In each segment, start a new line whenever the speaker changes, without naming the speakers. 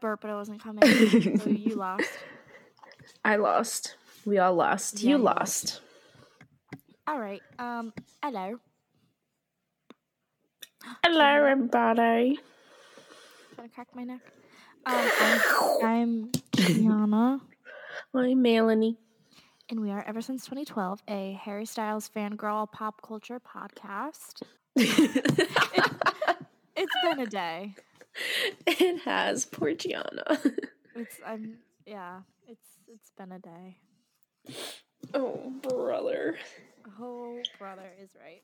burped, but I wasn't coming. so you lost.
I lost. We all lost.
Yeah,
you
you
lost.
All right. Um. Hello.
Hello, everybody.
Gonna crack my neck. Um, I'm, I'm Kiana,
Hi, Melanie.
and we are ever since 2012 a Harry Styles fangirl pop culture podcast. It's been a day.
it has poor Gianna.
It's I'm yeah. It's it's been a day.
Oh, brother.
Oh, brother is right.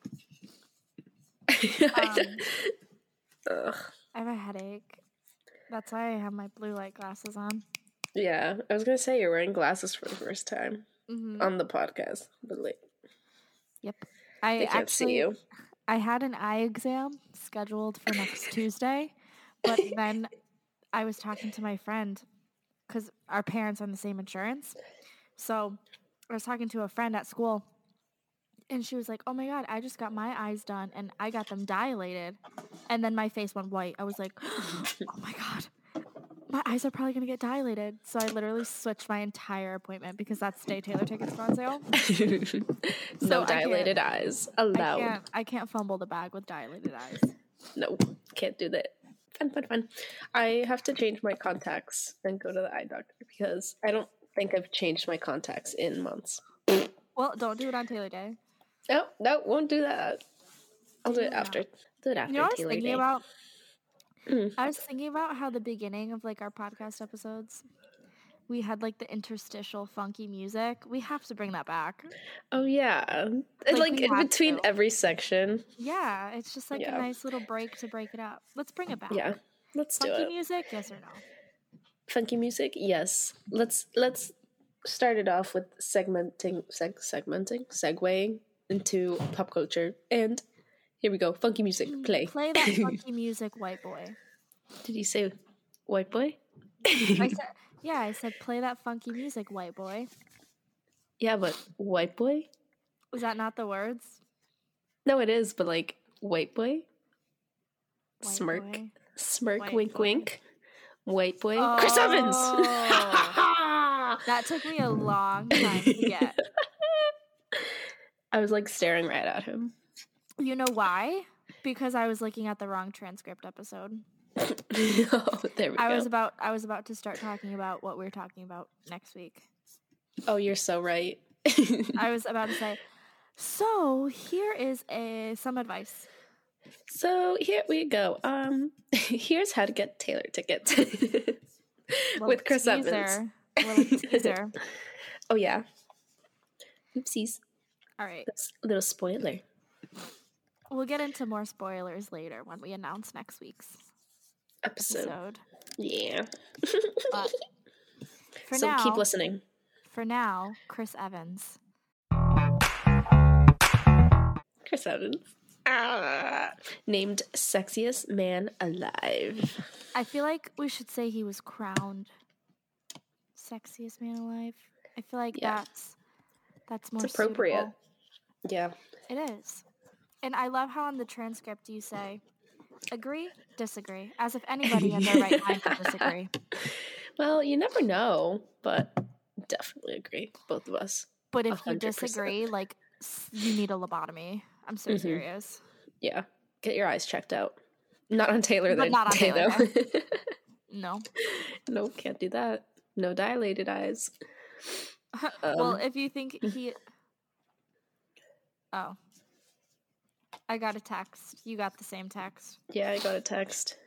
Um,
Um,
Ugh.
I have a headache. That's why I have my blue light glasses on.
Yeah, I was gonna say you're wearing glasses for the first time
hmm
on the podcast, but like
I
they can't
actually,
see you.
I had an eye exam scheduled for next Tuesday, but then I was talking to my friend because our parents are on the same insurance. So I was talking to a friend at school, and she was like, "Oh my god, I just got my eyes done, and I got them dilated, and then my face went white." I was like, "Oh my god." My eyes are probably gonna get dilated, so I literally switched my entire appointment because that's the day Taylor tickets go on sale.
no
I can't-
dilated eyes
I
allowed.
can't, I can't fumble the bag with dilated eyes.
No, can't do that. Fun, fun, fun. I have to change my contacts and go to the eye doctor because I don't think I've changed my contacts in months.
Well, don't do it on Taylor Day.
No, no, won't do that. I'll do it
Yeah.
after. Do it after.
You know what I was
Taylor
thinking
Day.
about?
Mm.
I was thinking about how the beginning of like our podcast episodes, we had like the interstitial funky music. We have to bring that back.
Oh yeah,
Like,
like, like
we
in
have
between
to.
every section.
Yeah, it's just like
Yeah.
a nice little break to break it up. Let's bring it back.
Yeah, let's do
Funky
it.
music, yes or no?
Funky music, yes. Let's let's start it off with segmenting, seg- segmenting, segueing into pop culture, and here we go. Funky music, play.
Mm, Play that funky music, white boy.
Did you say white boy?
I said, yeah, I said play that funky music, white boy.
yeah, but white boy?
Was that not the words?
No, it is, but like white boy,
White
smirk,
boy.
smirk,
White
wink,
boy.
wink, white boy, Chris Evans.
Oh. That took me a long time to get.
I was like staring right at him.
You know why? Because I was looking at the wrong transcript episode.
oh, there we
I
go.
was about I was about to start talking about what we are talking about next week.
oh, you're so right.
I was about to say, so here is a some advice.
so here we go. Um, here's how to get Taylor tickets with
Little
Chris Evans.
teaser, little teaser.
Oh yeah. Oopsies.
All right,
That's a little spoiler.
we'll get into more spoilers later when we announce next week's
Episode.
episode.
Yeah.
But For
so
now,
keep listening.
for now, Chris Evans.
Chris Evans. Ah, named sexiest man alive.
I feel like we should say he was crowned sexiest man alive. I feel like
Yeah.
that's that's more
It's appropriate.
suitable.
Yeah.
It is, and I love how on the transcript you say agree, disagree, as if anybody in their right mind would disagree.
Well, you never know, but definitely agree. Both of us.
But
A
if you
hundred percent.
disagree, like s- you need a lobotomy. I'm so
Mhm.
serious.
Yeah. Get your eyes checked out. Not on Taylor
But
though.
not on
day,
Taylor
though.
No.
no, can't do that. No dilated eyes.
Uh-huh, well,
Um,
if you think he. Oh. I got a text. You got the same text.
Yeah, I got a text.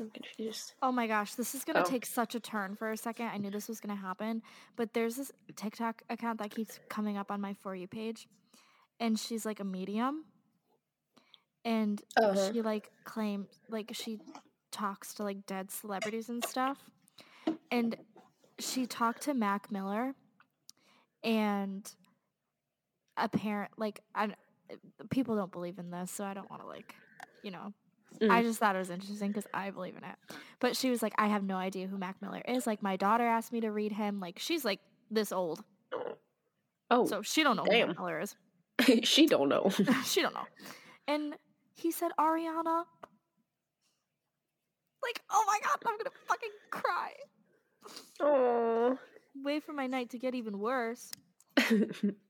I'm confused.
Oh my gosh, this is gonna
Oh.
take such a turn for a second. I knew this was gonna happen, but there's this TikTok account that keeps coming up on my For You page, and she's like a medium, and
Uh-huh.
she like claims like she talks to like dead celebrities and stuff, and she talked to Mac Miller, and apparent like I don't- people don't believe in this, so I don't want to like you know
Mm.
I just thought it was interesting because I believe in it. But she was like, I have no idea who Mac Miller is. Like my daughter asked me to read him. Like she's like this old,
Oh,
so she don't know who
damn.
Mac Miller is.
she don't know.
she don't know. And he said Ariana Like, oh my god, I'm gonna fucking cry.
Oh.
Wait for my night to get even worse.
That's
Literally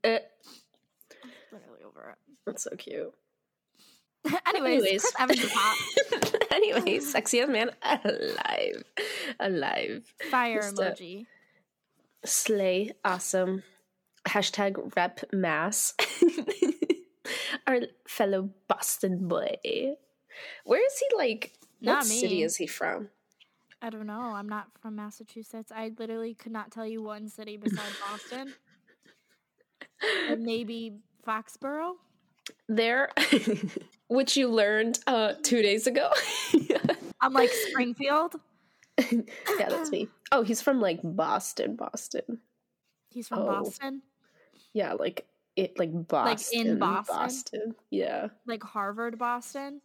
over
Eh, so cute.
it. Anyways, Chris Evans is hot.
Anyways, sexiest man alive. Alive.
Fire
Just, uh,
emoji.
Slay. Awesome. Hashtag rep mass. Our fellow Boston boy. Where is he like?
Not
what city
me.
is he from?
I don't know. I'm not from Massachusetts. I literally could not tell you one city besides Boston. And maybe Foxborough.
There, which you learned uh, two days ago.
I'm like Springfield.
yeah, that's me. Oh, he's from like Boston, Boston.
He's from
Oh.
Boston.
Yeah, like it, like Boston,
Boston?
Boston. Yeah,
Like Harvard Boston.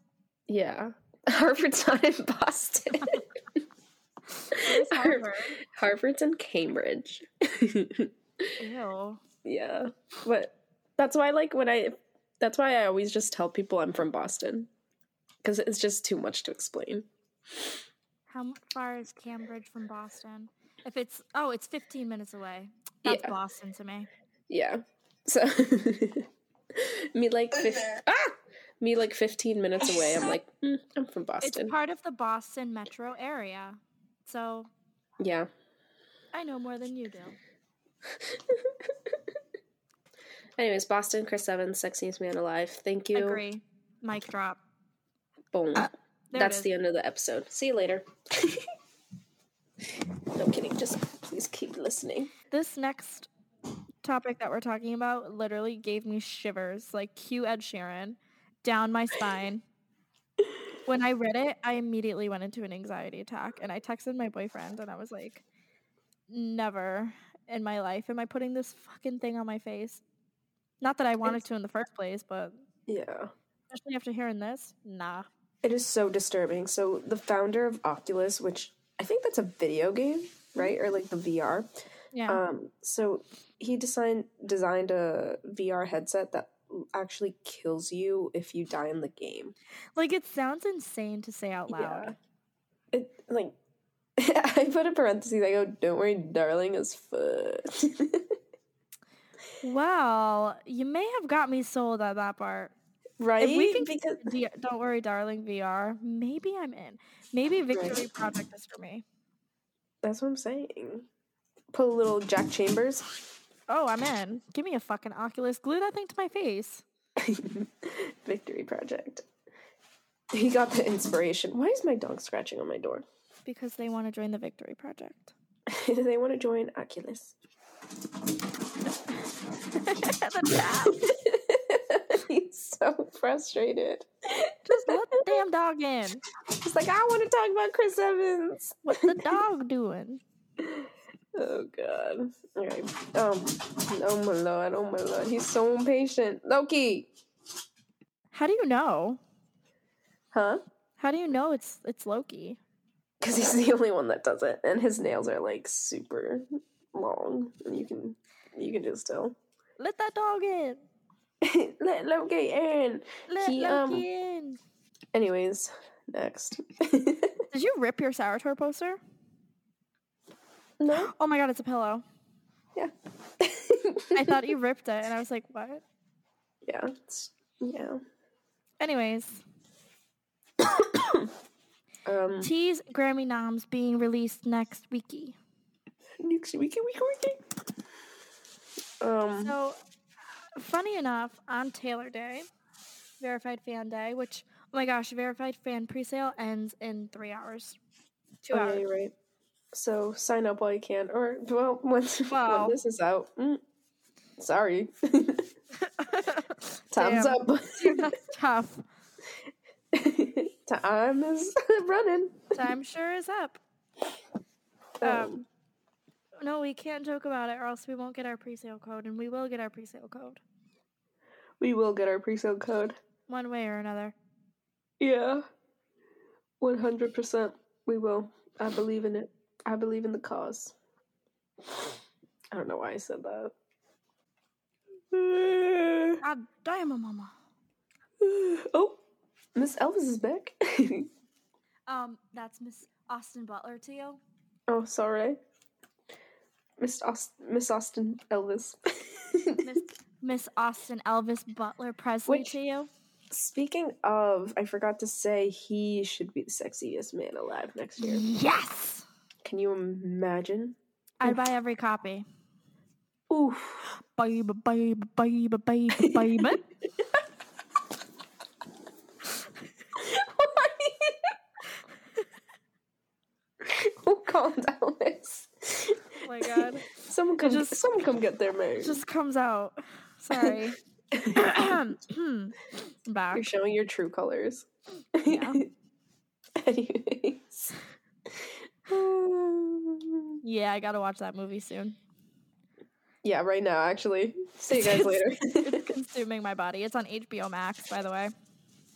yeah. Harvard's not in Boston.
Where's
Har-
Harvard?
Harvard's in Cambridge.
Ew.
yeah, but that's why, like, when I, that's why I always just tell people I'm from Boston because it's just too much to explain.
How m- far is Cambridge from Boston? If it's oh, it's 15 minutes away. That's
Yeah.
Boston to me.
Yeah. So me like fif- ah! me like 15 minutes away. I'm like, "Mm, I'm from Boston.
It's part of the Boston metro area. So
yeah.
I know more than you do.
Anyways, Boston, Chris Evans, sexiest man alive. Thank you.
Agree. Mic drop.
Boom.
There
That's
it is.
the end of the episode. See you later. no kidding. Just please keep listening.
this next topic that we're talking about literally gave me shivers, like cue Ed Sheeran, down my spine. when I read it, I immediately went into an anxiety attack and I texted my boyfriend and I was like, never in my life am I putting this fucking thing on my face. Not that I wanted to in the first place, but
Yeah.
especially after hearing this, nah.
It is so disturbing. So the founder of Oculus, which I think that's a video game, right? Or like the VR.
Yeah.
Um, so he designed designed a VR headset that actually kills you if you die in the game.
like it sounds insane to say out loud.
Yeah. It like I put a parentheses. I go, "Don't worry, darling, is foot."
Well, you may have got me sold at that part.
right?
If we can
because
get the Don't Worry Darling VR, maybe I'm in. Maybe Victory Project is for me.
that's what I'm saying. Put a little Jack Chambers.
Oh, I'm in. Give me a fucking Oculus. Glue that thing to my face.
Victory Project. He got the inspiration. Why is my dog scratching on my door?
Because they want to join the Victory Project.
Do they want to join Oculus?
That's bad.
He's so frustrated.
Just let the damn dog in.
He's like, I want to talk about Chris Evans.
What's the dog doing?
Oh god. Alright. Um oh my lord, oh my lord. He's so impatient. Loki.
How do you know?
Huh?
How do you know it's it's Loki?
Because he's the only one that does it. And his nails are like super long. And you can you can just tell.
Let that dog in.
Let Loki in.
Let
He,
Loki
um,
in.
Anyways, next.
Did you rip your Sourtour poster?
no?
Oh my god, it's a pillow.
Yeah.
I thought you ripped it, and I was like, what?
yeah. it's- yeah.
Anyways,
Um
T's Grammy noms being released next weeky.
next week, week, week. Um
So, funny enough, on Taylor Day, Verified Fan Day, which oh my gosh, Verified Fan presale ends in three hours, two
oh, yeah,
hours.
you're right. So sign up while you can, or well, once
Wow.
when this is out. Mm, sorry, time's
Damn.
up.
That's tough.
Time is running.
Time sure is up. Um, no, we can't joke about it, or else we won't get our presale code, and we will get our presale code
we will get our pre-sale code.
one way or another.
Yeah, one hundred percent. We will. I believe in it. I believe in the cause. I don't know why I said that.
God damn, mama.
Oh, Miss Elvis is back.
Um, that's Miss Austin Butler to you.
Oh, sorry. Miss Aust- Miss Austin Elvis.
Miss Miss Austin Elvis Butler Presley
Which-
to you.
Speaking of, I forgot to say he should be the sexiest man alive next year.
Yes.
Can you imagine?
I'd buy every copy.
Oof.
Babe, babe, babe, babe, babe.
oh, calm down, Miss.
oh my god.
Someone come,
just-
someone come get their married.
It just comes out. Sorry.
You're
Back.
showing your true colors.
Yeah.
Anyways. Um,
Yeah, I gotta watch that movie soon.
yeah, right now, actually. See you guys later.
It's consuming my body. It's on HBO Max, by the way.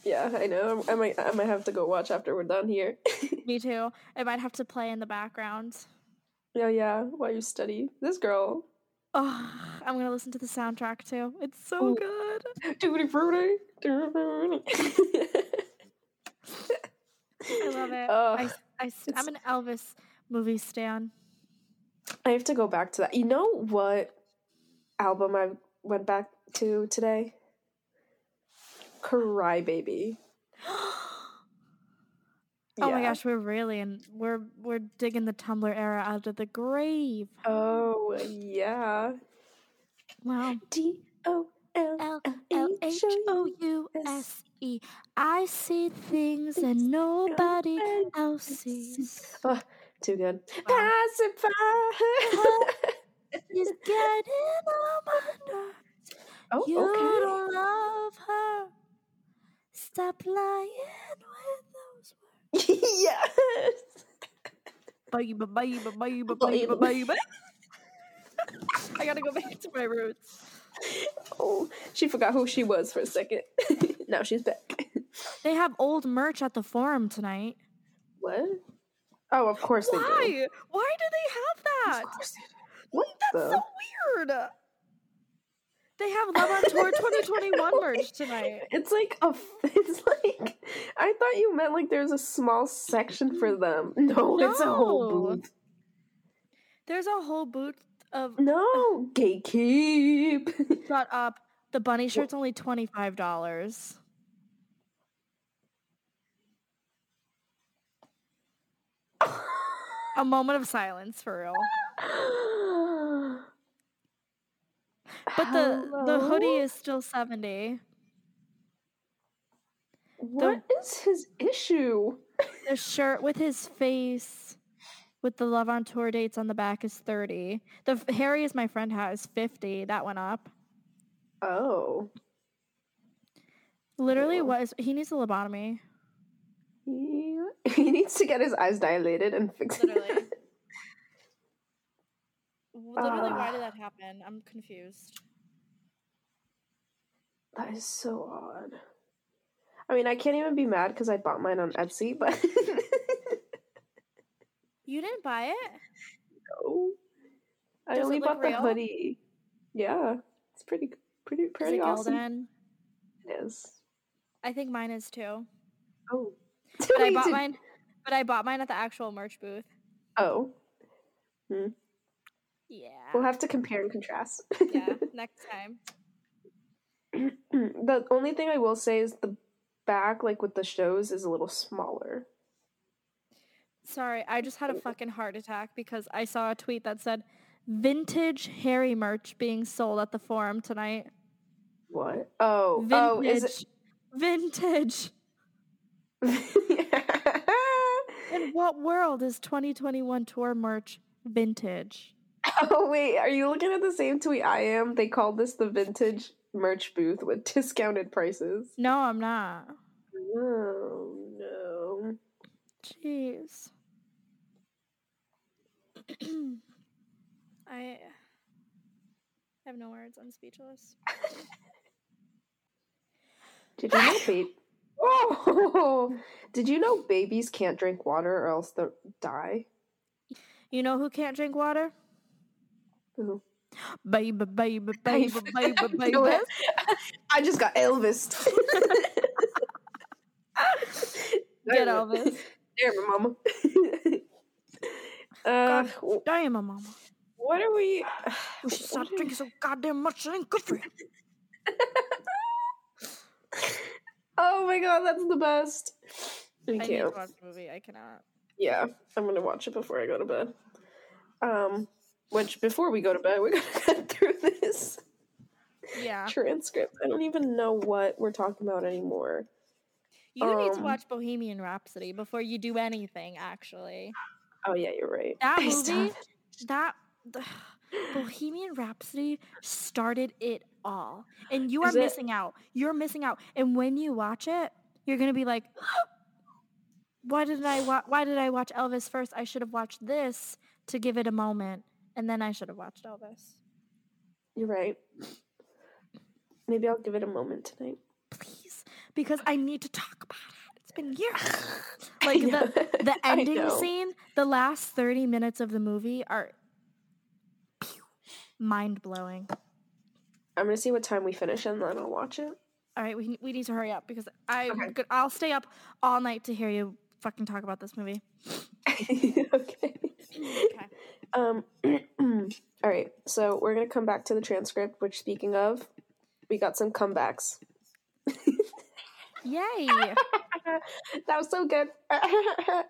yeah, I know. I might, I might have to go watch after we're done here.
Me too. It might have to play in the background.
yeah, yeah. While you study, this girl,
Oh, I'm gonna listen to the soundtrack too. It's so
Ooh.
good.
Duty Fruity. I
I love it.
Ugh.
I, I, am an Elvis movie stan.
I have to go back to that. You know what album I went back to today? Cry Baby.
Oh my gosh, we're really in. We're we're digging the Tumblr era out of the grave.
Oh yeah.
Wow.
D O L
L L H O U S E. I see things that nobody else sees.
Too good.
Wow. Oh,
Pass it by.
She's getting on my nerves. You
oh,
don't love her. Stop lying with those words.
okay. yes.
Baby, baby, baby,
Baby.
baby, baby. I gotta go back to my roots.
Oh, she forgot who she was for a second. now she's back.
They have old merch at the forum tonight.
what? Oh, of course they do.
Why? Why do they have
Of
that?
course they do. What
That's
the?
so weird. They have Love on Tour 2021 merch tonight.
It's like a. f- It's like I thought you meant like there's a small section for them. No, it's a whole
Mm, No.
booth.
There's a whole booth of
No, gatekeep.
shut up. The bunny shirt's only twenty five dollars. A moment of silence for real. But the the hoodie
Hello?
is still seventy.
What is his issue?
The shirt with his face, with the Love on Tour dates on the back is thirty. The f- Harry is my friend hat is fifty. That went up.
Oh,
Literally,
Ew.
what is he needs a lobotomy?
he, he needs to get his eyes dilated and fix
Literally. Literally, why
Ah.
did that happen? I'm confused.
That is so odd. I mean, I can't even be mad because I bought mine on Etsy, but
You didn't buy it?
no. I
Does it
only
look
bought the
real?
hoodie. Yeah, it's pretty, pretty, pretty
is it
awesome.
Gildan?
It is.
I think mine is too.
Oh,
But I
Wait,
bought
did-
mine. But I bought mine at the actual merch booth.
Oh,
Yeah.
we'll have to compare and contrast.
yeah. Next time.
the only thing I will say is the back, like with the shows, is a little smaller.
Sorry, I just had a fucking heart attack because I saw a tweet that said vintage Harry merch being sold at the forum tonight.
What? Oh,
Vintage.
oh, is it?
Vintage. In what world is 2021 tour merch vintage?
Oh wait, are you looking at the same tweet I am? They called this the vintage merch booth with discounted prices.
No, I'm not.
Oh no.
Jeez. I have no words. I'm speechless.
Did you know baby Oh did you know babies can't drink water or else they'll die?
You know who can't drink water?
Who?
Baby, baby, baby, baby, baby.
Elvis. I just got Elvis.
Get Elvis.
Damn, mama. uh, wh-
Damn, my mama.
what are we?
You should stop drinking so goddamn much. It ain't good for you.
Oh my god, that's the best. Thank you.
the movie. I cannot.
Yeah, I'm gonna watch it before I go to bed. Um, which before we go to bed, we're gonna cut through this
Yeah.
transcript. I don't even know what we're talking about anymore.
You need to
Um,
watch Bohemian Rhapsody before you do anything, actually.
Oh yeah, you're right.
That
I still
movie, that ugh, Bohemian Rhapsody started it all. And you are
Is it-
missing out. You're missing out. And when you watch it, you're going to be like, why did I wa- why did I watch Elvis first? I should have watched this to give it a moment, and then I should have watched Elvis.
You're right. Maybe I'll give it a moment tonight.
Please, because I need to talk about it. It's been years. Like the the
I
ending
know.
scene, the last 30 minutes of the movie are mind blowing.
I'm gonna see what time we finish and then I'll watch it.
All right, we, we need to hurry up because I
Okay.
could, I'll stay up all night to hear you fucking talk about this movie.
okay.
Okay.
Um. all right. So we're gonna come back to the transcript. Which, speaking of, we got some comebacks.
Yay!
that was so good. All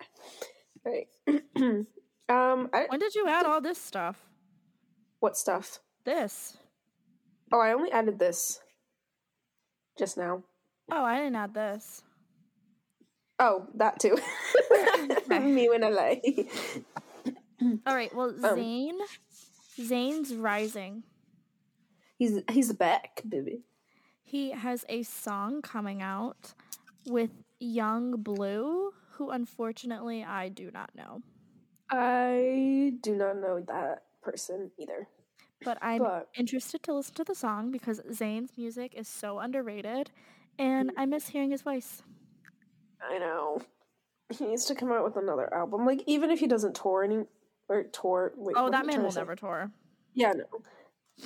right. um. I,
when did you add all this stuff?
what stuff?
This.
Oh, I only added this just now.
Oh, I didn't add this.
Oh, that too. Me when I lie.
All right, well,
Um.
Zane. Zane's rising.
He's he's back, baby.
He has a song coming out with Young Blue, who unfortunately I do not know.
I do not know that person either.
But I'm
But
interested to listen to the song because Zane's music is so underrated and I miss hearing his voice.
I know he needs to come out with another album. Like even if he doesn't tour any or tour. Wait,
Oh,
what am
that
I
man
trying
will
to say?
never tour.
Yeah, no.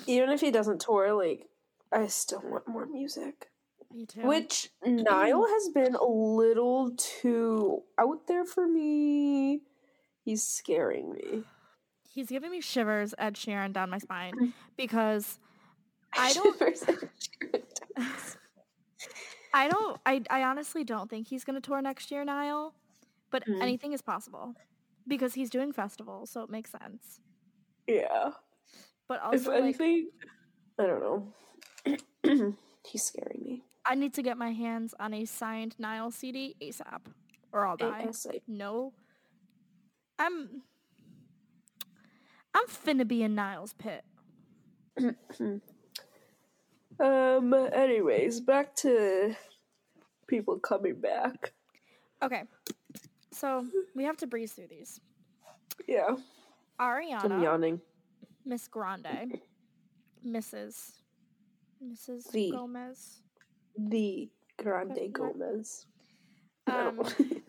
Even if he doesn't tour, like I still want more music.
Me too.
Which Niall has been a little too out there for me. He's scaring me.
He's giving me shivers, Ed Sheeran, down my
Mm.
spine because I don't- I don't, I, I honestly don't think he's going to tour next year, Niall, but
Mm.
anything is possible because he's doing festivals, so it makes sense.
yeah.
But
If
also, like,
anything, I don't know. He's scaring me.
I need to get my hands on a signed Niall CD ASAP or I'll die.
ASAP.
No. I'm I'm finna be in Niles pit.
Um. Anyways, back to people coming back.
Okay. So we have to breeze through these.
Yeah. I'm
Ariana,
yawning.
Miss Grande, Mrs. Mrs.
The-
Gomez.
The Grande
Question mark?
Gomez.
Um,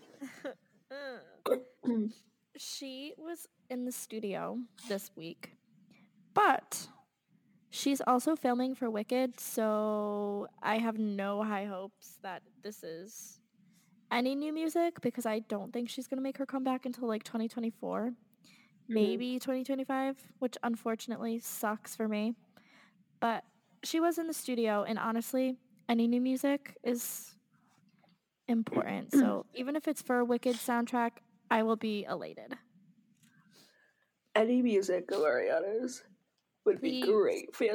No. Mm.
she was in the studio this week, but she's also filming for Wicked, so I have no high hopes that this is any new music because I don't think she's going to make her comeback until like 2024, maybe 2025, which unfortunately sucks for me. But she was in the studio, and honestly, any new music is important. so even if it's for a Wicked soundtrack, I will be elated.
Any music of Ariana's would be
Please,
great.
Please,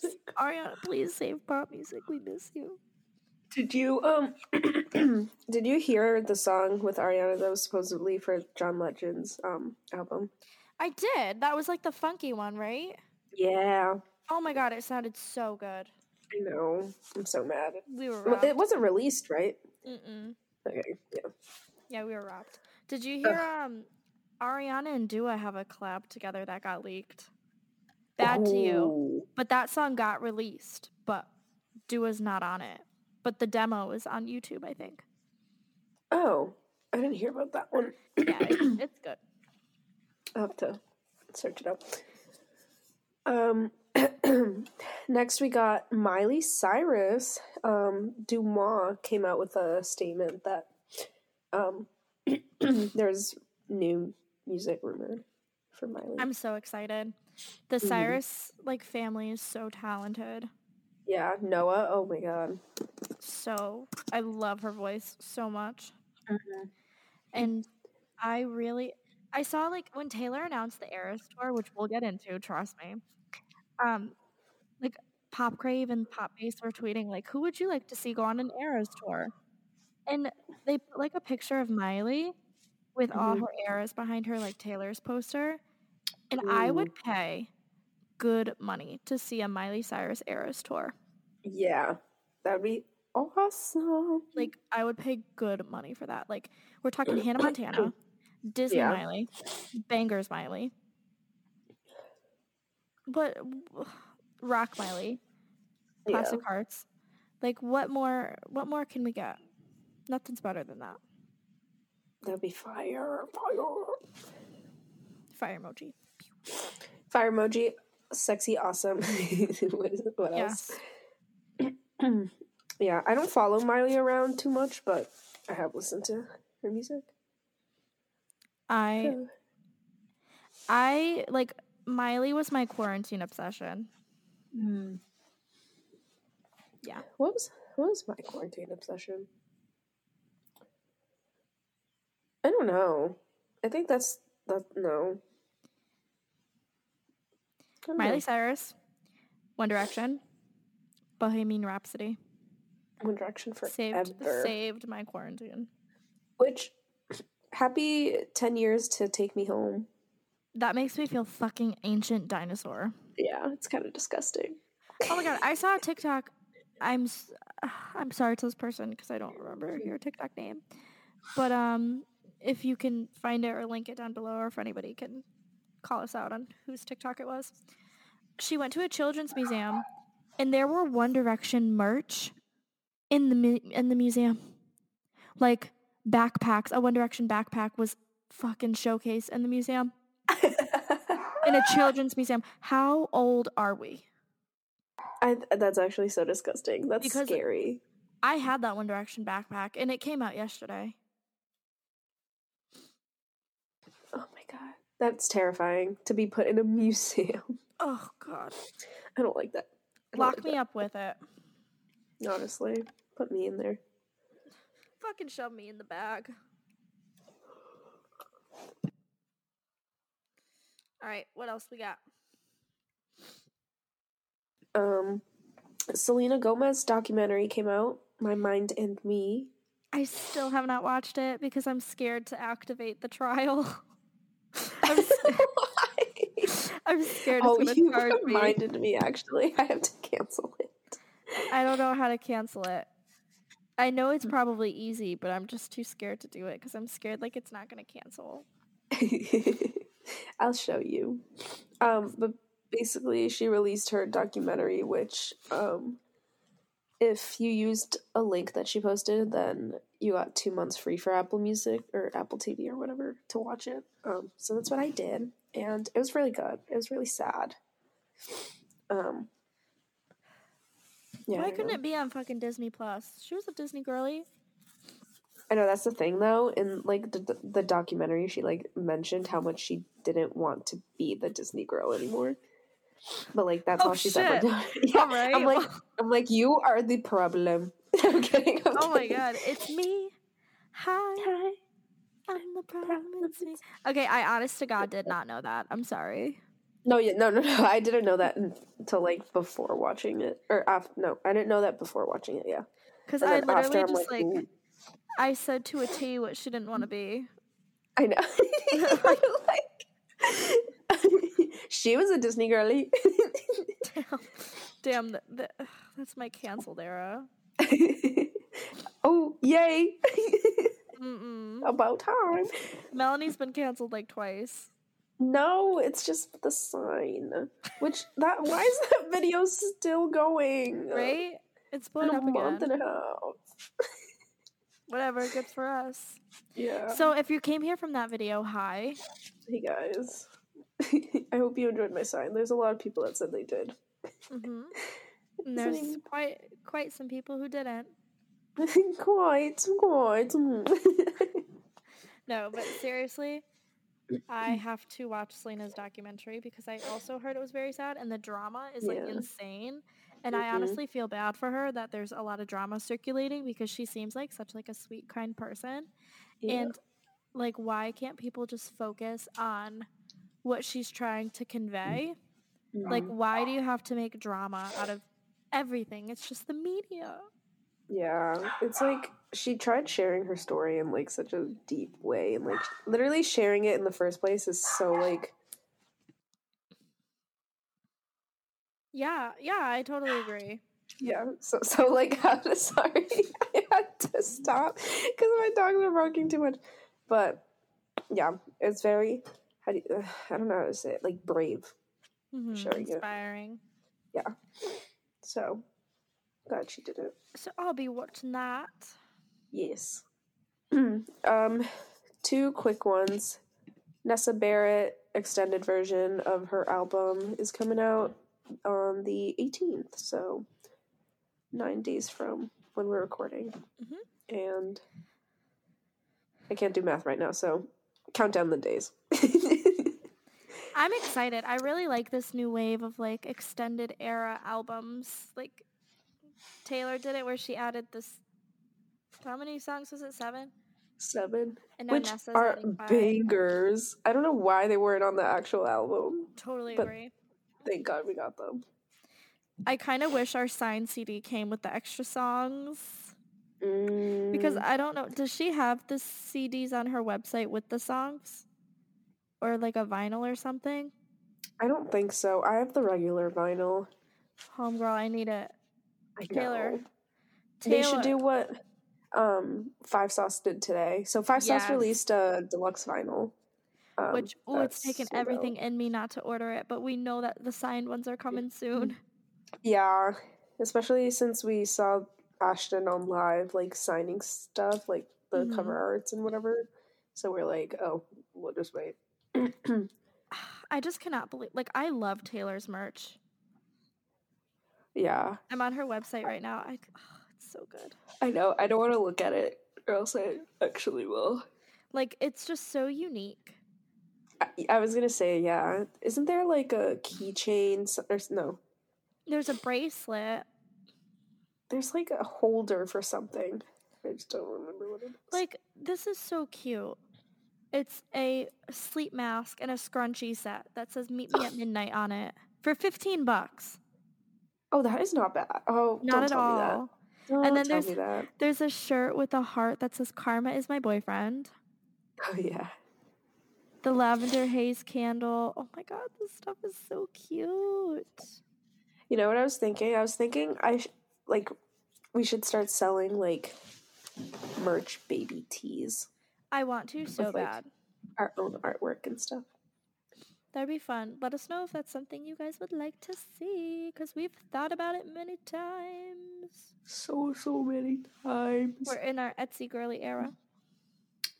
Fantastic.
Ariana, please save pop music. We miss you.
Did you um did you hear the song with Ariana that was supposedly for John Legend's um album?
I did. That was like the funky one, right?
Yeah,
Oh my god, it sounded so good.
I know. I'm so mad.
We were
Well,
robbed.
It wasn't released, right?
Mm-mm.
Okay, yeah.
Yeah, we were robbed. Did you hear um Ariana and Dua have a collab together that got leaked? Bad to you.
Ooh.
But that song got released, but Dua's not on it. But the demo is on YouTube, I think.
Oh, I didn't hear about that one.
Yeah, it's, it's good.
I'll have to search it up. Um, next we got Miley Cyrus. Um, Dumas came out with a statement that um, There's new music rumored for Miley.
I'm so excited. The
Mhm.
Cyrus like family is so talented.
yeah, Noah. Oh my god.
So I love her voice so much. And I really I saw like when Taylor announced the Eras tour, which we'll get into, trust me. Um like Pop Crave and Pop Base were tweeting like who would you like to see go on an Eras tour? And they put like a picture of Miley with all
Mhm.
her eras behind her like Taylor's poster. And I would pay good money to see a Miley Cyrus Eras tour.
Yeah, that'd be awesome.
Like I would pay good money for that. Like we're talking Hannah Montana, Disney
Yeah.
Miley, Bangers Miley, but Rock Miley,
Yeah.
Classic Hearts. Like what more? What more can we get? Nothing's better than that.
That'd be fire, fire,
Fire emoji.
fire emoji, sexy, awesome. what, is, what else? yeah, I don't follow Miley around too much, but I have listened to her music.
I
Yeah.
I like Miley was my quarantine obsession. Yeah.
What was what was my quarantine obsession? I don't know. I think that's that. No. I don't
Miley Cyrus, One Direction, Bohemian Rhapsody
know. One Direction forever.
saved saved my quarantine.
Which happy ten years to take me home.
That makes me feel fucking ancient dinosaur.
Yeah, it's kind of disgusting.
Oh my god, I saw a TikTok. I'm s- I'm sorry to this person because I don't remember your TikTok name, but um, if you can find it or link it down below, or if anybody can call us out on whose TikTok it was, she went to a children's museum, and there were One Direction merch in the mu- in the museum, like backpacks. A One Direction backpack was fucking showcased in the museum in a children's museum. How old are we?
I, that's actually so disgusting. That's
Because-
scary.
I had that One Direction backpack and it came out yesterday.
Oh my god, that's terrifying to be put in a museum.
Oh god.
I don't like that. I don't
Lock
like
me up with it.
that, Honestly, put me in there.
Fucking shove me in the bag. All right, what else we got?
um Selena Gomez documentary came out, My Mind and Me.
I still have not watched it because I'm scared to activate the trial. I'm, s- I'm scared
oh,
it's
you
going to charge me.
reminded me actually. I have to cancel it.
I don't know how to cancel it. I know
Mm.
it's probably easy, but I'm just too scared to do it because I'm scared like it's not going to cancel.
I'll show you. Um, but basically, she released her documentary, which, um, if you used a link that she posted, then you got two months free for Apple Music or Apple TV or whatever to watch it. Um, so that's what I did, and it was really good. It was really sad. Um, yeah, I
Why
don't know.
couldn't it be on fucking Disney Plus? She was a Disney girly.
I know that's the thing though. In like the, the documentary, she like mentioned how much she didn't want to be the Disney girl anymore. But like that's
Oh,
all she's
shit.
ever done. yeah,
right.
I'm like I'm like you are the problem. I'm kidding. I'm
Oh my
kidding.
god, it's me. Hi,
Hi.
I'm the problem. It's me. Okay, I honest to God did not know that. I'm sorry.
No, yeah, no, no, no. I didn't know that until like before watching it, or after. No, I didn't know that before watching it. Yeah,
Because
And
I
then after,
literally
I'm
just like,
"Ooh."
I said to a T what she didn't want to be.
"Mm, I know. like, she was a Disney girly.
Damn, th- th- ugh, that's my canceled era.
oh, yay!
Mm-mm.
About time.
Melanie's been canceled like twice.
No, it's just the sign. Which that why is that video still going?
Right? It's
In
blown
a
up again.
month and a half.
Whatever, good for us.
Yeah.
So if you came here from that video, hi.
hey guys. I hope you enjoyed my sign. There's a lot of people that said they did.
hmm And there's
Same.
quite quite some people who didn't.
quite, quite.
No, but seriously, I have to watch Selena's documentary because I also heard it was very sad and the drama is like
Yeah.
insane. And I
Mhm.
honestly feel bad for her that there's a lot of drama circulating because she seems like such like a sweet, kind person.
Yeah.
And like why can't people just focus on what she's trying
Mm.
to convey? Like
Um,
why do you have to make drama out of everything? It's just the media.
Yeah, it's like she tried sharing her story in like such a deep way, and like literally sharing it in the first place is so like
Yeah, yeah, I totally agree.
yeah. So so like I'm sorry, I had to stop because my dogs were barking too much. But yeah, it's very how do you, I don't know how to say it like brave.
Mhm,
Sure, yeah.
inspiring.
So glad she did it.
So I'll be watching that.
Yes. um, two quick ones. Nessa Barrett extended version of her album is coming out on the 18th, so nine days from when we're recording.
Mm-hmm.
And I can't do math right now, so count down the days.
I'm excited. I really like this new wave of like extended era albums. Like Taylor did it where she added this. How many songs was it? Seven.
Seven,
And now
which
Nessa's
are
adding five.
bangers. I don't know why they weren't on the actual album.
Totally
but-
agree.
Thank God we got them.
I kind of wish our signed CD came with the extra songs because
Mm,
I don't know. Does she have the CDs on her website with the songs, or like a vinyl or something?
I don't think so. I have the regular vinyl.
Homegirl, I need it.
I
Taylor.
know. They should do
Taylor.
what um Five Sauce did today. So Five Sauce
Yes.
released a deluxe vinyl. Um,
Which oh, it's
that's
taken
sold out.
everything in me not to order it, but we know that the signed ones are coming
Mm-hmm.
soon.
Yeah, especially since we saw Ashton on live, like signing stuff, like the
Mhm.
cover arts and whatever. So we're like, oh, we'll just wait.
I just cannot believe. Like, I love Taylor's merch.
Yeah,
I'm on her website right now. I, oh, it's so good.
I know. I don't want to look at it, or else I actually will.
Like, it's just so unique.
I, I was gonna say, yeah. Isn't there like a keychain s- or s- no?
There's a bracelet.
There's like a holder for something. I just don't remember what it is.
Like, this is so cute. It's a sleep mask and a scrunchie set that says "Meet Me at Midnight" on it for 15 bucks.
oh, that is not bad. Oh,
Not
don't
at
tell me that.
all.
Don't
then
tell
there's-
me that.
There's a shirt with a heart that says "Karma is my boyfriend."
Oh yeah,
The lavender haze candle. Oh my god, this stuff is so cute.
you know what I was thinking? I was thinking I sh- like we should start selling like merch baby tees,
I want to so
like-
bad.
our own artwork and stuff.
That'd be fun. Let us know if that's something you guys would like to see because we've thought about it many times.
So so many times.
We're in our Etsy girly era.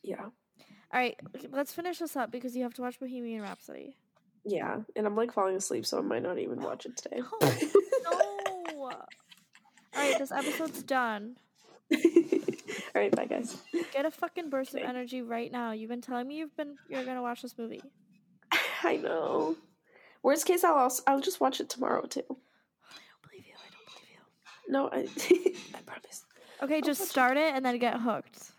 Yeah,
All right, let's finish this up because you have to watch Bohemian Rhapsody.
yeah, and I'm like falling asleep, so I might not even watch it today.
No, no. All right, this episode's done.
All right, bye guys.
Get a fucking burst of
Okay.
energy right now. You've been telling me you've been you're gonna watch this movie.
I know. Worst case, I'll also, I'll just watch it tomorrow too.
I don't believe you. I don't believe you.
No, I I promise.
Okay, just start it and then get hooked.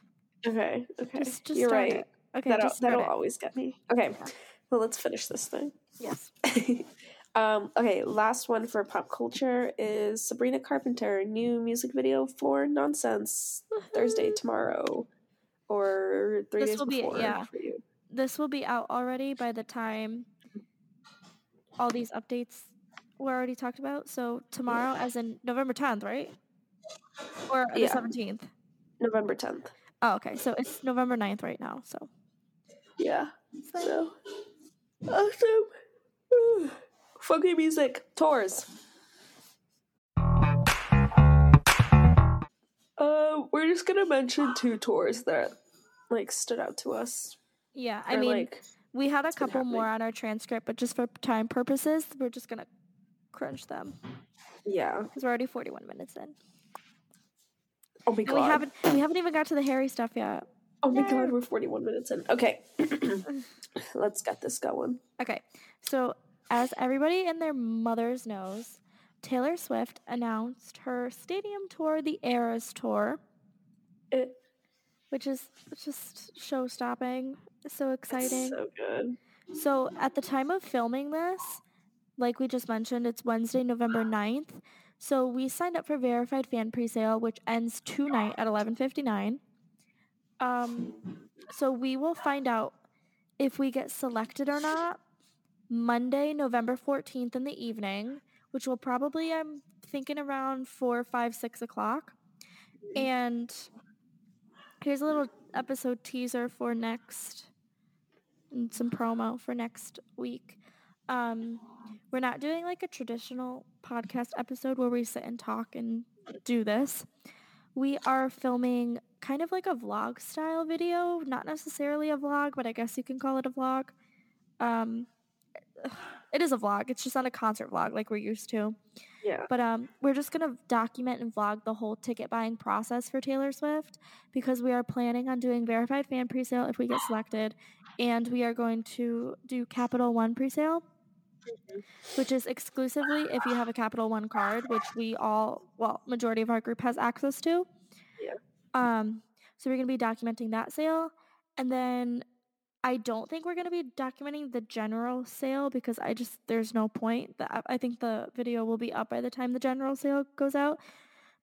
Okay, okay,
Just, just
you're
start
right.
it. Okay,
that'll
just start
that'll
it.
always get me. Okay,
Yeah.
well let's finish this thing.
Yes.
um, okay, last one for pop culture is Sabrina Carpenter new music video for Nonsense Thursday
Woohoo.
tomorrow, or three
This
days
will be-
before
yeah.
for you.
This will be out already by the time all these updates were already talked about. So tomorrow, as in November 10th, right? Or the
Yeah.
17th.
November tenth.
Oh, okay. So it's November 9th right now. So
Yeah. So awesome. Woo. Funky music tours. Uh, we're just gonna mention two tours that like stood out to us.
yeah, I
Or,
mean,
like,
we had a
it's been
couple more
happening.
on our transcript, but just for time purposes, we're just gonna crunch them
yeah.
because we're already 41 minutes in.
Oh my
And we
god.
haven't we haven't even got to the hairy stuff yet.
Oh my god, we're 41 minutes in. Okay. Let's get this going.
Okay, so as everybody and their mothers knows, Taylor Swift announced her stadium tour, the Eras Tour,
It-
which is just show stopping. So exciting.
It's so good.
So at the time of filming this, like we just mentioned, it's Wednesday, November 9th. So we signed up for verified fan presale, which ends tonight at 11:59. Um, so we will find out if we get selected or not Monday, November 14th in the evening, which will probably I'm thinking around four, five, six o'clock. And here's a little episode teaser for next and some promo for next week. Um, we're not doing like a traditional podcast episode where we sit and talk and do this. We are filming kind of like a vlog style video, not necessarily a vlog, but I guess you can call it a vlog. Um, it is a vlog. It's just not a concert vlog like we're used to.
Yeah.
But um, we're just gonna document and vlog the whole ticket buying process for Taylor Swift because we are planning on doing verified fan presale if we get selected, and we are going to do Capital One presale, which is exclusively if you have a Capital One card, which we all, well, majority of our group has access to.
Yeah.
Um, so we're gonna be documenting that sale, and then I don't think we're going to be documenting the general sale because I just there's no point. The, I- I think the video will be up by the time the general sale goes out,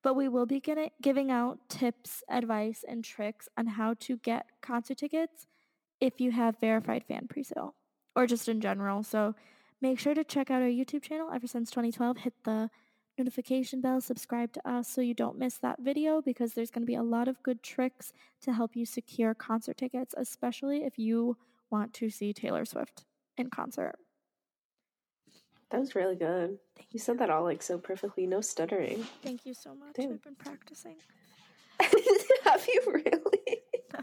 but we will be gonna, giving out tips, advice, and tricks on how to get concert tickets if you have verified fan presale or just in general. So make sure to check out our YouTube channel ever since 2012. Hit the notification bell, subscribe to us so you don't miss that video because there's going to be a lot of good tricks to help you secure concert tickets, especially if you want to see Taylor Swift in concert.
That was really good.
Thank
You said that all like so perfectly, no stuttering.
Thank you so much.
Damn.
I've been practicing.
Have you really?
No.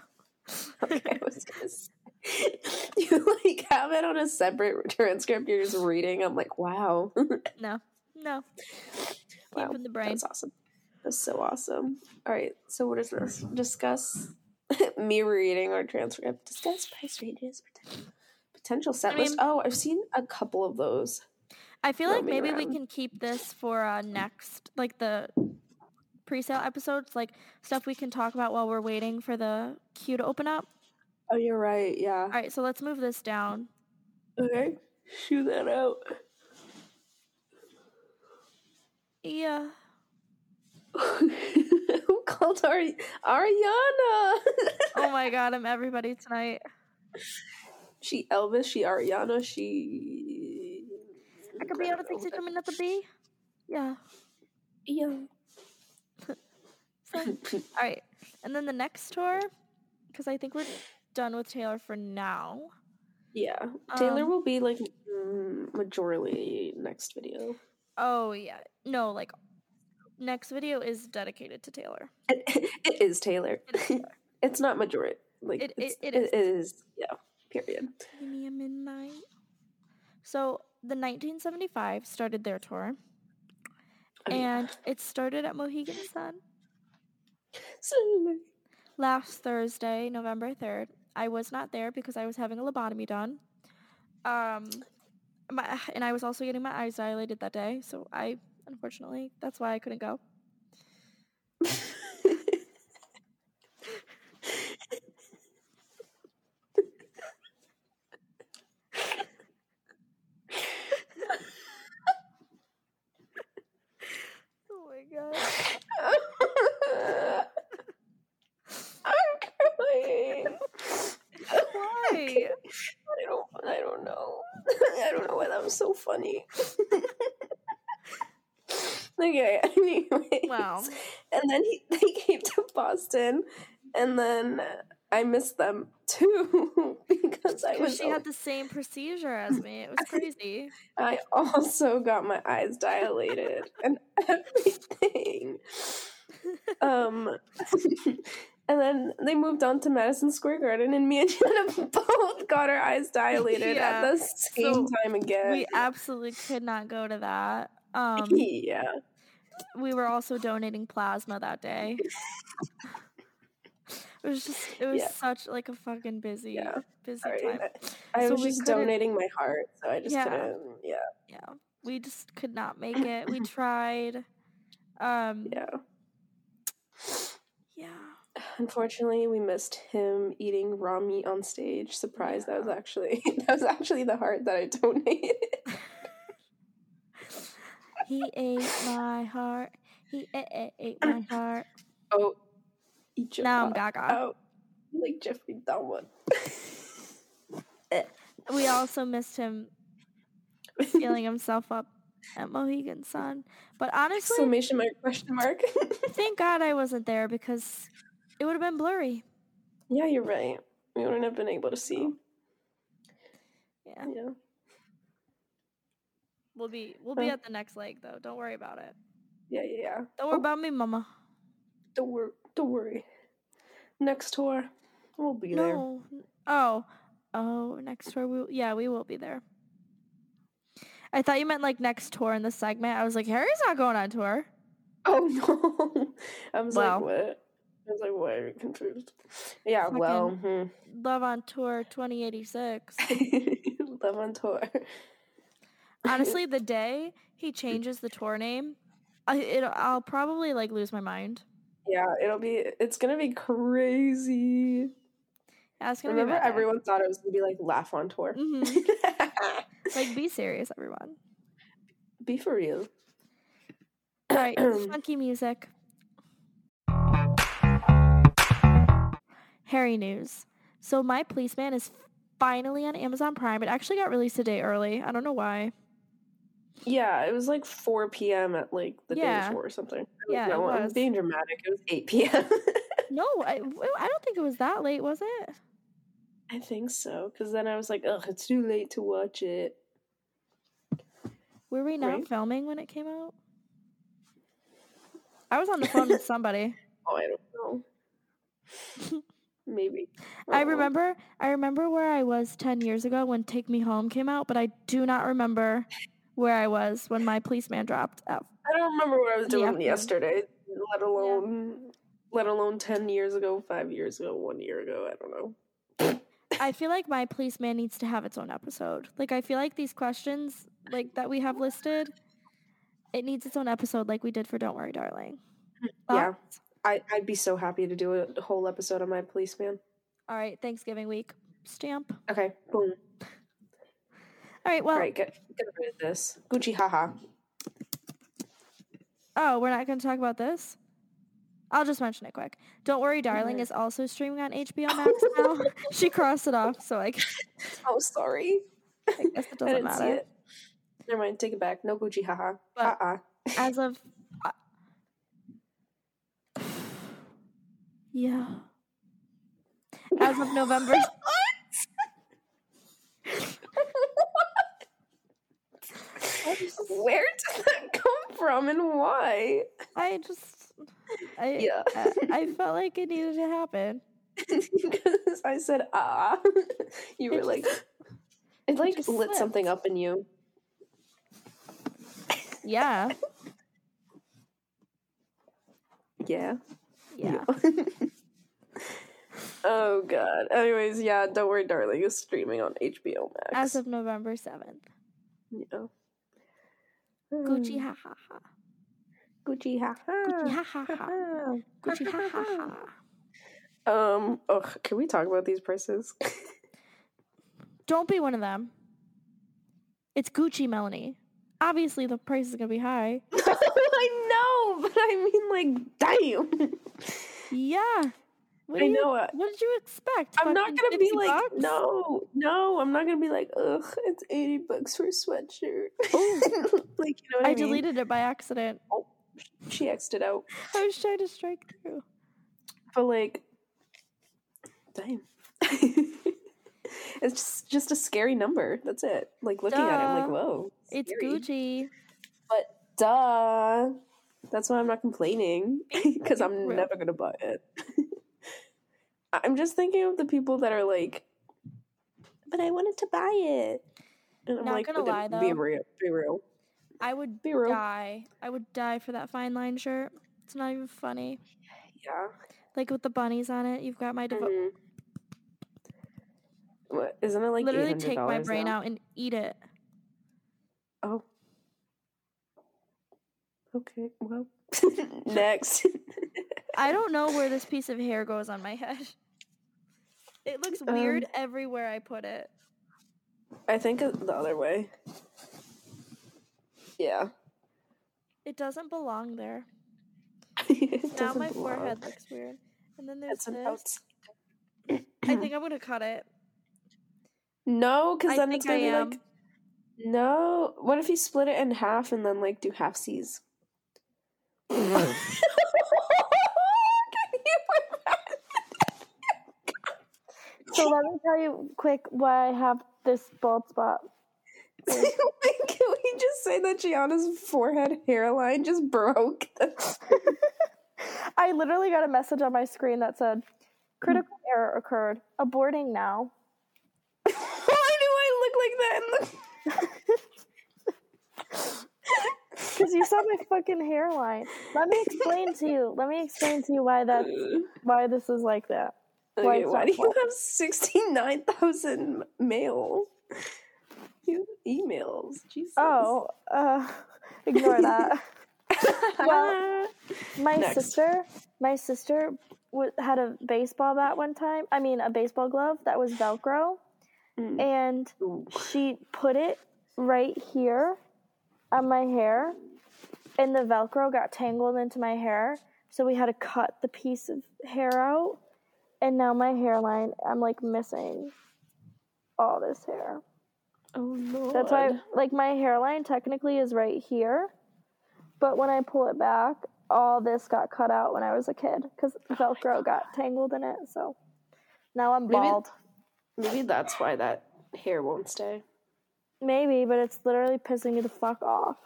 Okay, I was gonna say. You like have it on a separate transcript. You're just reading. I'm like, wow,
no, no.
Wow,
Deep in the brain.
that's awesome. That's so awesome. All right, so what is this? Discuss me reading our transcript. Discuss price ranges, potential- potential set
I
list.
mean-
Oh, I've seen a couple of those.
I feel like
roaming
maybe we
around.
can keep this for uh, next, like the pre-sale episodes, like stuff we can talk about while we're waiting for the queue to open up.
Oh, you're right. Yeah.
All right, so let's move this down.
Okay, shoot that out.
Yeah.
Who called Ari- Ariana?
Oh my God, I'm everybody tonight.
she Elvis, she Ariana, she.
I could be able to think to come in at the B. Yeah.
Yeah.
So, all right. And then the next tour, because I think we're done with Taylor for now.
Yeah. Taylor
Um,
will be like mm, majorly next video.
Oh, yeah. No, like, next video is dedicated to Taylor.
It, it is Taylor.
It is Taylor.
it's not majority. Like
It- it-
it's,
it
it is. Yeah. Period.
Give me a midnight. So, the 1975 started their tour,
Okay.
and it started at Mohegan Sun.
So-
last Thursday, November 3rd. I was not there because I was having a lobotomy done. Um, my, and I was also getting my eyes dilated that day. So I, unfortunately, that's why I couldn't go. Oh my God.
I'm crying.
Why?
I don't. I don't know. I don't know why that was so funny. okay. Anyway.
Wow.
And then he, they came to Boston, and then I missed them too because I
Because
was. oh.
she had the same procedure as me. It was crazy.
I also got my eyes dilated and everything. Um, and then they moved on to Madison Square Garden, and me and Jenna both got our eyes dilated
Yeah,
at the same
so
time again.
We absolutely could not go to that. Um,
yeah,
we were also donating plasma that day. It was just it was
Yeah.
such like a fucking busy
Yeah.
busy
Sorry,
time.
I- I
So
was
we
just
couldn't-
donating my heart, so I just
Yeah.
couldn't. Yeah,
Yeah. We just could not make it. We tried. Um yeah.
yeah. Unfortunately, we missed him eating raw meat on stage. Surprise! That was actually that was actually the heart that I donated.
He ate my heart. He ate, ate, ate my heart.
Oh, eat your
Now I'm
heart
gaga.
out, like Jeffrey Dahmer.
We also missed him feeling himself up at Mohegan Sun. But honestly,
Exclamation mark? Question mark?
thank God I wasn't there because it would have been blurry.
yeah, you're right. We wouldn't have been able to see.
Oh, Yeah.
Yeah.
We'll be we'll be
Oh.
at the next leg though. Don't worry about it.
Yeah, yeah, yeah.
Don't worry
Oh.
about me, mama.
Don't worry. Don't worry. Next tour, we'll be there.
No. n- Oh. Oh, next tour. We yeah, we will be there. I thought you meant like next tour in the segment. I was like, Harry's not going on tour.
Oh no! I was
Well.
like, what? I was like, why are you confused? Yeah,
Fucking-
well, hmm.
Love on tour 2086.
Love on tour.
Honestly, the day he changes the tour name, I it, I'll probably like lose my mind.
Yeah, it'll be. It's gonna be crazy.
That's gonna
Remember,
be bad.
everyone thought it was gonna be like laugh on tour.
Mhm. Mm-hmm. Like, be serious, everyone.
be for real.
All right, funky music. Harry news. So my policeman is finally on Amazon Prime. It actually got released a day early. I don't know why.
Yeah, it was like 4 p.m. at like the day
Yeah.
before or something. I don't
Yeah, it
know, I'm
was.
being dramatic. It was 8 p.m.
No, I, I don't think it was that late, was it?
I think so, because then I was like, ugh, it's too late to watch it.
Were we not
Right?
filming when it came out? I was on the phone with somebody.
Oh, I don't know. Maybe.
I
don't know.
remember I remember where I was 10 years ago when Take Me Home came out, but I do not remember where I was when my policeman dropped at
I don't remember what I was
In the
doing
afternoon.
yesterday, let alone let alone ten years ago, five years ago, one year ago. I don't know.
I feel like my policeman needs to have its own episode. Like I feel like these questions like that we have listed, it needs its own episode like we did for Don't Worry Darling.
Mm-hmm. Yeah.
Thoughts?
I, I'd be so happy to do a whole episode on my policeman.
All right, Thanksgiving week. Stamp.
Okay, boom.
All right, well
All right, get, get rid of this. Gucci haha.
oh, we're not gonna talk about this? I'll just mention it quick. Don't worry, darling
right.
is also streaming on HBO Max now. she crossed it off, so like
Oh, sorry.
I guess it
I
doesn't
didn't see
matter.
it. Never mind, take it back. No Gucci haha.
But-
uh-uh.
As of uh, yeah, as of November
Where did that come from and why?
I just, I,
Yeah.
I, I felt like it needed to happen.
because I said ah, you
It
were like, it like lit
just
something up in you.
Yeah,
Yeah.
yeah.
oh god. Anyways, yeah. Don't worry, darling. Is streaming on HBO Max.
As of November seventh,
yeah.
Gucci
Mm.
ha ha ha,
Gucci ha
Gucci
ha.
ha ha ha, Gucci ha ha ha.
Um. Ugh, can we talk about these prices?
Don't be one of them. It's Gucci, Melanie. Obviously, the price is gonna be high.
I know, but I mean, like, damn.
Yeah. What do
I
you-
know. it.
What did you expect?
I'm not
Fucking
gonna be
50
like
bucks?
no, no. I'm not gonna be like ugh. It's eighty bucks for a sweatshirt. like you know what I,
Oh. I
mean?
deleted it by accident.
She xed it out,
I was trying to strike through.
but like, damn. it's just just a scary number. That's it. Like looking at it, I'm like
Duh.
whoa.
It's
scary.
Gucci.
but duh. That's why I'm not complaining because I'm
real.
never gonna buy it. I'm just thinking of the people that are like, but I wanted to buy it. And I'm
Not
like,
gonna
"Okay,
lie,
be
though.
real, be real,
I would
be real.
die. I would die for that fine line shirt. It's not even funny.
Yeah,
like with the bunnies on it. You've got my devo-
Mhm. What, isn't it like
literally take my
$800
brain
now?
out and eat it.
Oh. Okay. Well. Next.
I don't know where this piece of hair goes on my head. It looks weird
Um,
everywhere I put it.
I think it- the other way. Yeah.
It doesn't belong there.
It
Now
doesn't
my
belong.
forehead looks weird. And then there's
It's an
this.
outs-
I think I'm gonna cut it.
No, because
I
then
think
it's gonna
I
be
am.
like. No. What if you split it in half and then like do half C's? Can you imagine?
So let me tell you quick why I have this bald spot.
Like, Can we just say that Gianna's forehead hairline just broke? That's-
I literally got a message on my screen that said, "Critical error occurred. Aborting now."
Why do I look like that?
Because you saw my fucking hairline. Let me explain to you. Let me explain to you why that
In the-
why this is like that. Why
okay,
is
why
that
do you
black?
have sixty nine thousand mail? You emails, Jesus.
Oh, uh, ignore that. well, my
Next.
sister, my sister w- had a baseball bat one time. I mean, a baseball glove that was Velcro,
Mm.
and
Ooh.
she put it right here on my hair, and the Velcro got tangled into my hair. So we had to cut the piece of hair out, and now my hairline, I'm like missing all this hair.
oh no.
That's why, like, my hairline technically is right here, but when I pull it back, all this got cut out when I was a kid because Velcro got tangled in it. So now I'm
Maybe-
bald.
Maybe that's why that hair won't stay.
Maybe, but it's literally pissing me the fuck off.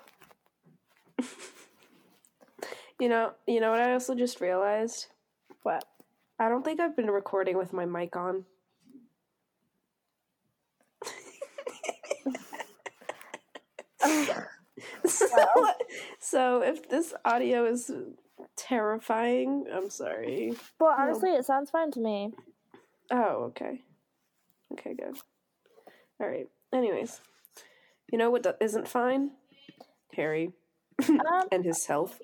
You know. You know what? I also just realized.
What?
I don't think I've been recording with my mic on. so, so if this audio is terrifying, I'm sorry.
Well, honestly, it sounds fun to me.
Oh, okay. Okay, good. All right. Anyways, you know what do- isn't fine? Harry
Um,
and his health.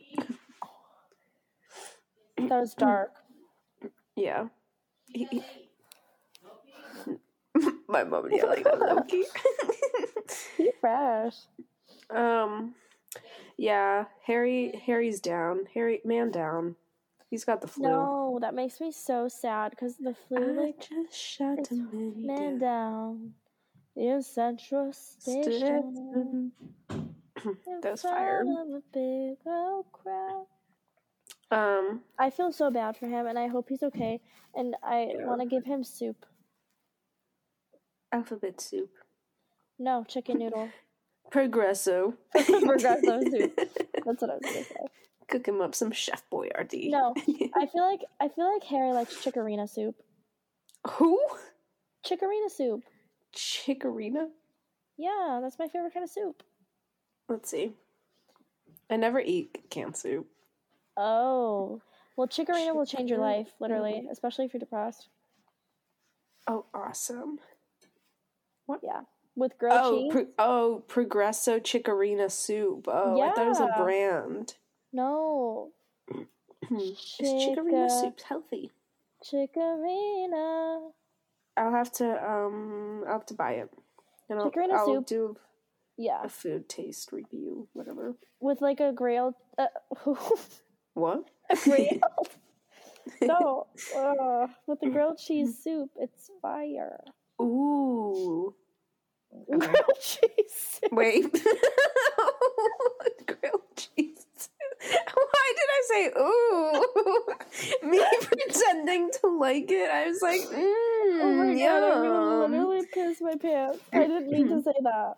that was dark.
Yeah. He- he- my mom would yell like that, Loki.
You fresh.
um, yeah. Harry. Harry's down. Harry, man, down. He's got the flu.
No, that makes me so sad because the flu
I
like
just shut
it's
him
man
down.
down in Central Station.
Station.
in
That was
front
fire.
of a big old crowd.
Um.
I feel so bad for him, and I hope he's okay. And I
Yeah.
want to give him soup.
Alphabet soup.
No, chicken noodle.
Progresso.
Progresso soup. That's what I was gonna say.
Cook him up some Chef Boyardee.
No, I feel like I feel like Harry likes chicorina soup.
Who?
Chicorina soup.
Chikorina?
Yeah, that's my favorite kind of soup.
Let's see. I never eat canned soup.
Oh, well, chicorina will change your life, literally,
Chicorina.
especially if you're depressed.
Oh, awesome.
Yeah, with grilled
oh,
cheese.
pro- oh, Progresso Chikorina soup. Oh, I thought it was a
Yeah.
brand.
no,
Is Chikorina
Chica-
soup healthy?
chicorina.
I'll have to um, I'll have to buy it. And I'll,
Chikorina
I'll
soup.
do
Yeah,
a food taste review, whatever.
with like a grilled. Uh,
What?
grilled. no, uh, with the grilled
Mm-hmm.
cheese soup, it's fire.
Ooh. Okay.
Grilled cheese soup.
Wait. Grilled cheese. Why did I say ooh? Me pretending to like it. I was like, mm,
Oh my god, I'm gonna
yum. Mm-hmm.
literally piss my pants. I didn't mean to say that.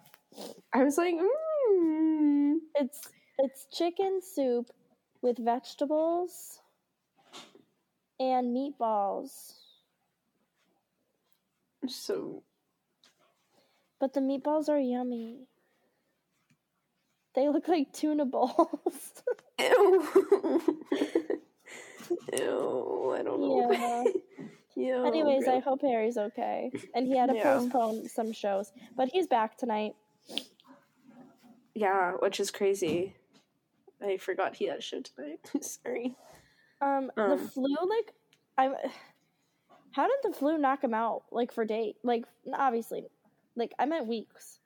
I was like, mm.
It's it's chicken soup with vegetables and meatballs.
So
But the meatballs are yummy. They look like tuna balls.
ew. ew. I don't
I hope Harry's okay. And he had to
Oh, Yeah.
postpone some shows, but he's back tonight.
Yeah, which is crazy. I forgot he had a show tonight. Sorry.
Um, the
Um.
flu, like, I'm. How did the flu knock him out? Like for date? Like obviously, like I meant weeks.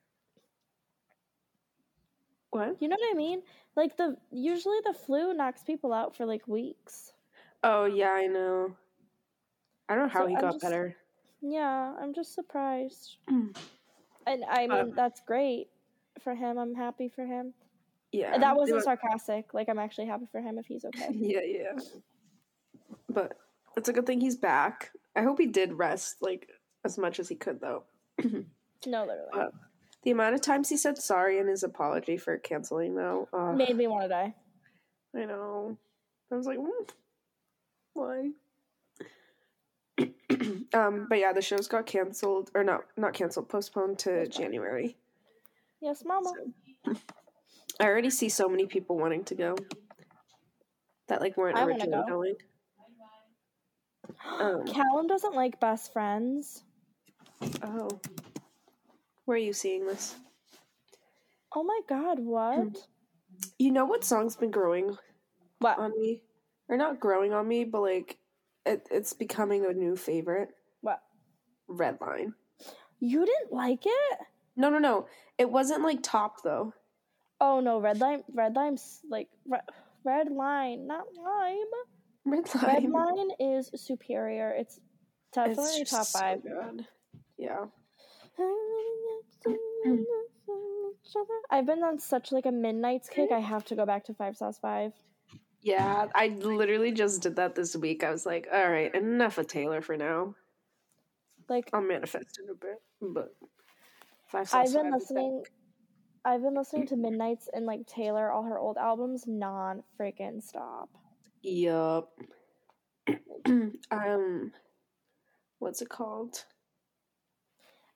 What?
You know what I mean? Like the usually the flu knocks people out for like weeks.
Oh yeah, I know. I don't know how
So
he
I'm
got
just-
better.
Yeah, I'm just surprised.
Mm.
and I mean
Um.
that's great for him. I'm happy for him.
Yeah.
that wasn't
But-
sarcastic. Like I'm actually happy for him if he's okay.
Yeah, yeah. But it's a good thing he's back. I hope he did rest like as much as he could though.
No, literally.
Uh, The amount of times he said sorry in his apology for canceling though. Uh,
Made me want to die.
I know. I was like, "Mm, why? um, but yeah, the shows got canceled or not not canceled, postponed to January.
Yes, mama.
I already see so many people wanting to go that like weren't
I wanna
originally
go.
going. Um,
Callum doesn't like best friends.
oh, where are you seeing this?
Oh my god,
Mm-hmm.
what?
You know what song's been growing
What?
on me, or not growing on me, but like it, it's becoming a new favorite.
What?
Redline.
You didn't like it?
No, no, no. It wasn't like top though.
Oh no, red lime. Red lime's like red, red line, not lime.
Redline.
Red line is superior. It's definitely
just
top
so
five.
good. Yeah.
I've been on such like a midnight's kick. I have to go back to Five Sauce Five.
Yeah, I literally just did that this week. I was like, all right, enough of Taylor for now.
Like
I'll manifest in a bit, but five
I've
Sauce
been
Five is back.
listening. I've been listening to Midnight's and like Taylor, all her old albums, non freaking stop.
Yup. um, what's it called?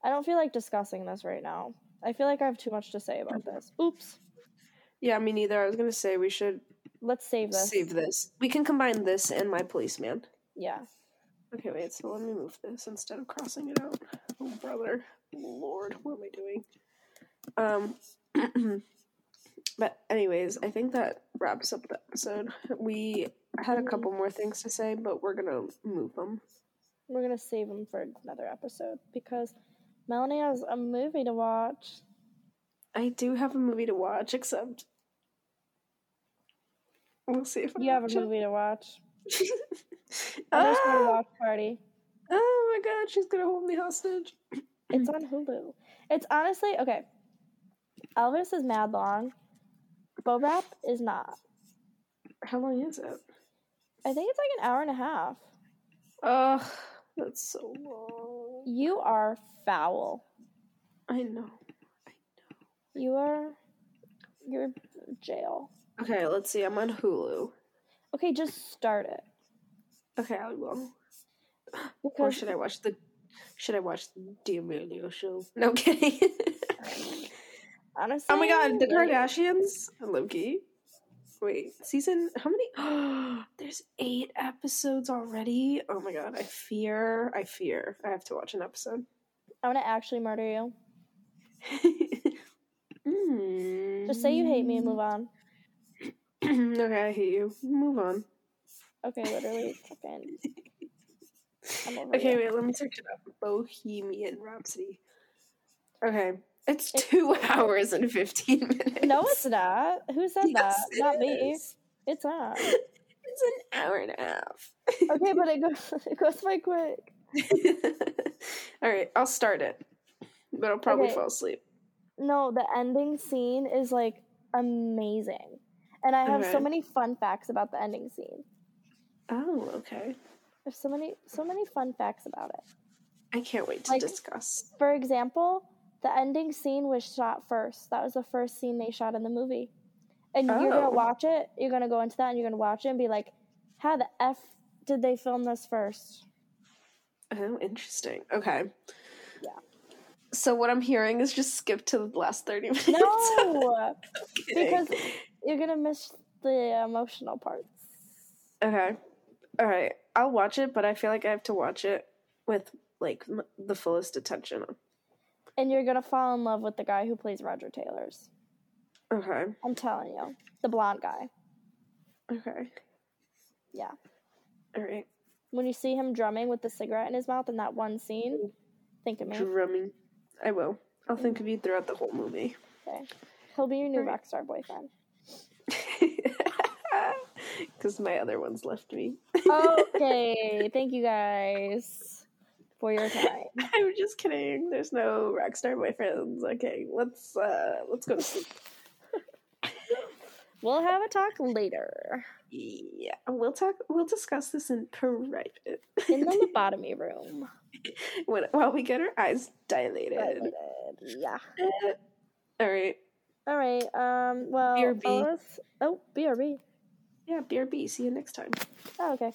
I don't feel like discussing this right now. I feel like I have too much to say about this. Oops.
Yeah, me neither. I was gonna say we should
Let's save this.
save this. We can combine this and my policeman.
Yeah.
Okay, wait. So let me move this instead of crossing it out. Oh, brother, Lord, what am I doing? Um, but anyways, I think that wraps up the episode. We had a couple more things to say, but we're gonna move them.
We're gonna save them for another episode because Melanie has a movie to watch.
I do have a movie to watch, except we'll see if I
You have a
watch it.
movie to watch. I just want a
ah!
watch party.
Oh my god, she's gonna hold me hostage.
It's on Hulu. It's honestly okay. Elvis is mad long. Bo Rap is not.
How long is it?
I think it's like an hour and a half.
Ugh, that's so long.
You are foul.
I know.
You are. You're jail.
Okay, let's see. I'm on Hulu.
Okay, just start it.
Okay, I will. Or
Because
should I watch the? Should I watch the Emilio show? No I'm kidding.
honestly,
oh my god, the
like,
Kardashians. Loki. Wait, season how many? There's eight episodes already. Oh my god, I fear. I fear. I have to watch an episode. Hmm.
I'm gonna actually murder you.
mm.
Just say you hate me and move on.
okay, I hate you. Move on.
Okay, literally, fucking. I'm over
Okay,
you.
wait, let me search it up. Bohemian Rhapsody. Okay. It's two hours and fifteen minutes.
No, it's not. Who said
Yes,
that? Not
it
me.
is.
It's not.
It's an hour and a half.
Okay, but it goes. It goes by quick.
All right, I'll start it, but I'll probably
Okay.
fall asleep.
No, the ending scene is like amazing, and I have so
Okay.
many fun facts about the ending scene.
Oh, okay.
There's so many, so many fun facts about it.
I can't wait to
Like-
discuss.
For example, the ending scene was shot first. That was the first scene they shot in the movie. And you're
Oh.
gonna watch it. You're gonna go into that and you're gonna watch it and be like, "How the f did they film this first?
Oh, interesting. Okay.
Yeah.
So what I'm hearing is just skip to the last thirty minutes.
No, because
because
you're gonna miss the emotional parts.
okay, all right, I'll watch it, but I feel like I have to watch it with like m- the fullest attention.
And you're gonna fall in love with the guy who plays Roger Taylor's.
Okay.
I'm telling you, the blonde guy.
Okay.
Yeah.
All right.
When you see him drumming with the cigarette in his mouth in that one scene, think of me.
Drumming. I will. I'll think of you throughout the whole movie.
He'll be your new
Right.
rock star boyfriend.
Because my other ones left me.
Okay, thank you guys for your time.
I'm just kidding. There's no rockstar boyfriends. Okay, let's uh let's go to sleep.
We'll have a talk later
Yeah, we'll talk. We'll discuss this in private
in the lobotomy room.
when, while we get our eyes dilated.
Yeah.
All right.
All right. Um. Well.
BRB.
follow us- Oh, brb.
Yeah, BRB. See you next time.
Oh, okay.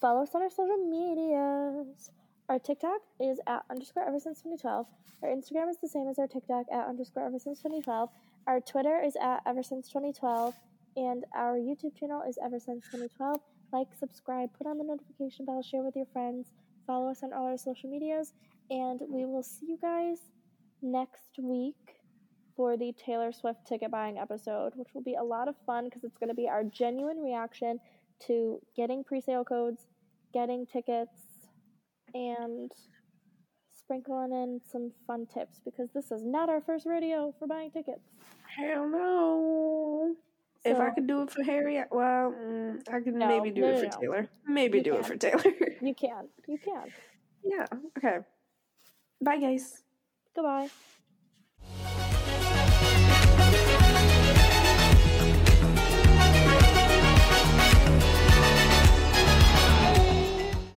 Follow us on our social medias. Our TikTok is at underscore ever since 2012. Our Instagram is the same as our TikTok at underscore ever since 2012. Our Twitter is at ever since 2012. And our YouTube channel is ever since 2012. Like, subscribe, put on the notification bell, share with your friends, follow us on all our social medias. And we will see you guys next week for the Taylor Swift ticket buying episode, which will be a lot of fun because it's going to be our genuine reaction to getting pre-sale codes, getting tickets, and sprinkling in some fun tips because this is not our first rodeo for buying tickets.
Hell no. if I
So,
could do it for Harry, I- well, mm, I could
No,
maybe do
no,
it
no,
for
no.
Taylor. Maybe
You
do
can.
it for Taylor.
you can, you can.
yeah. Okay. Bye, guys.
Goodbye.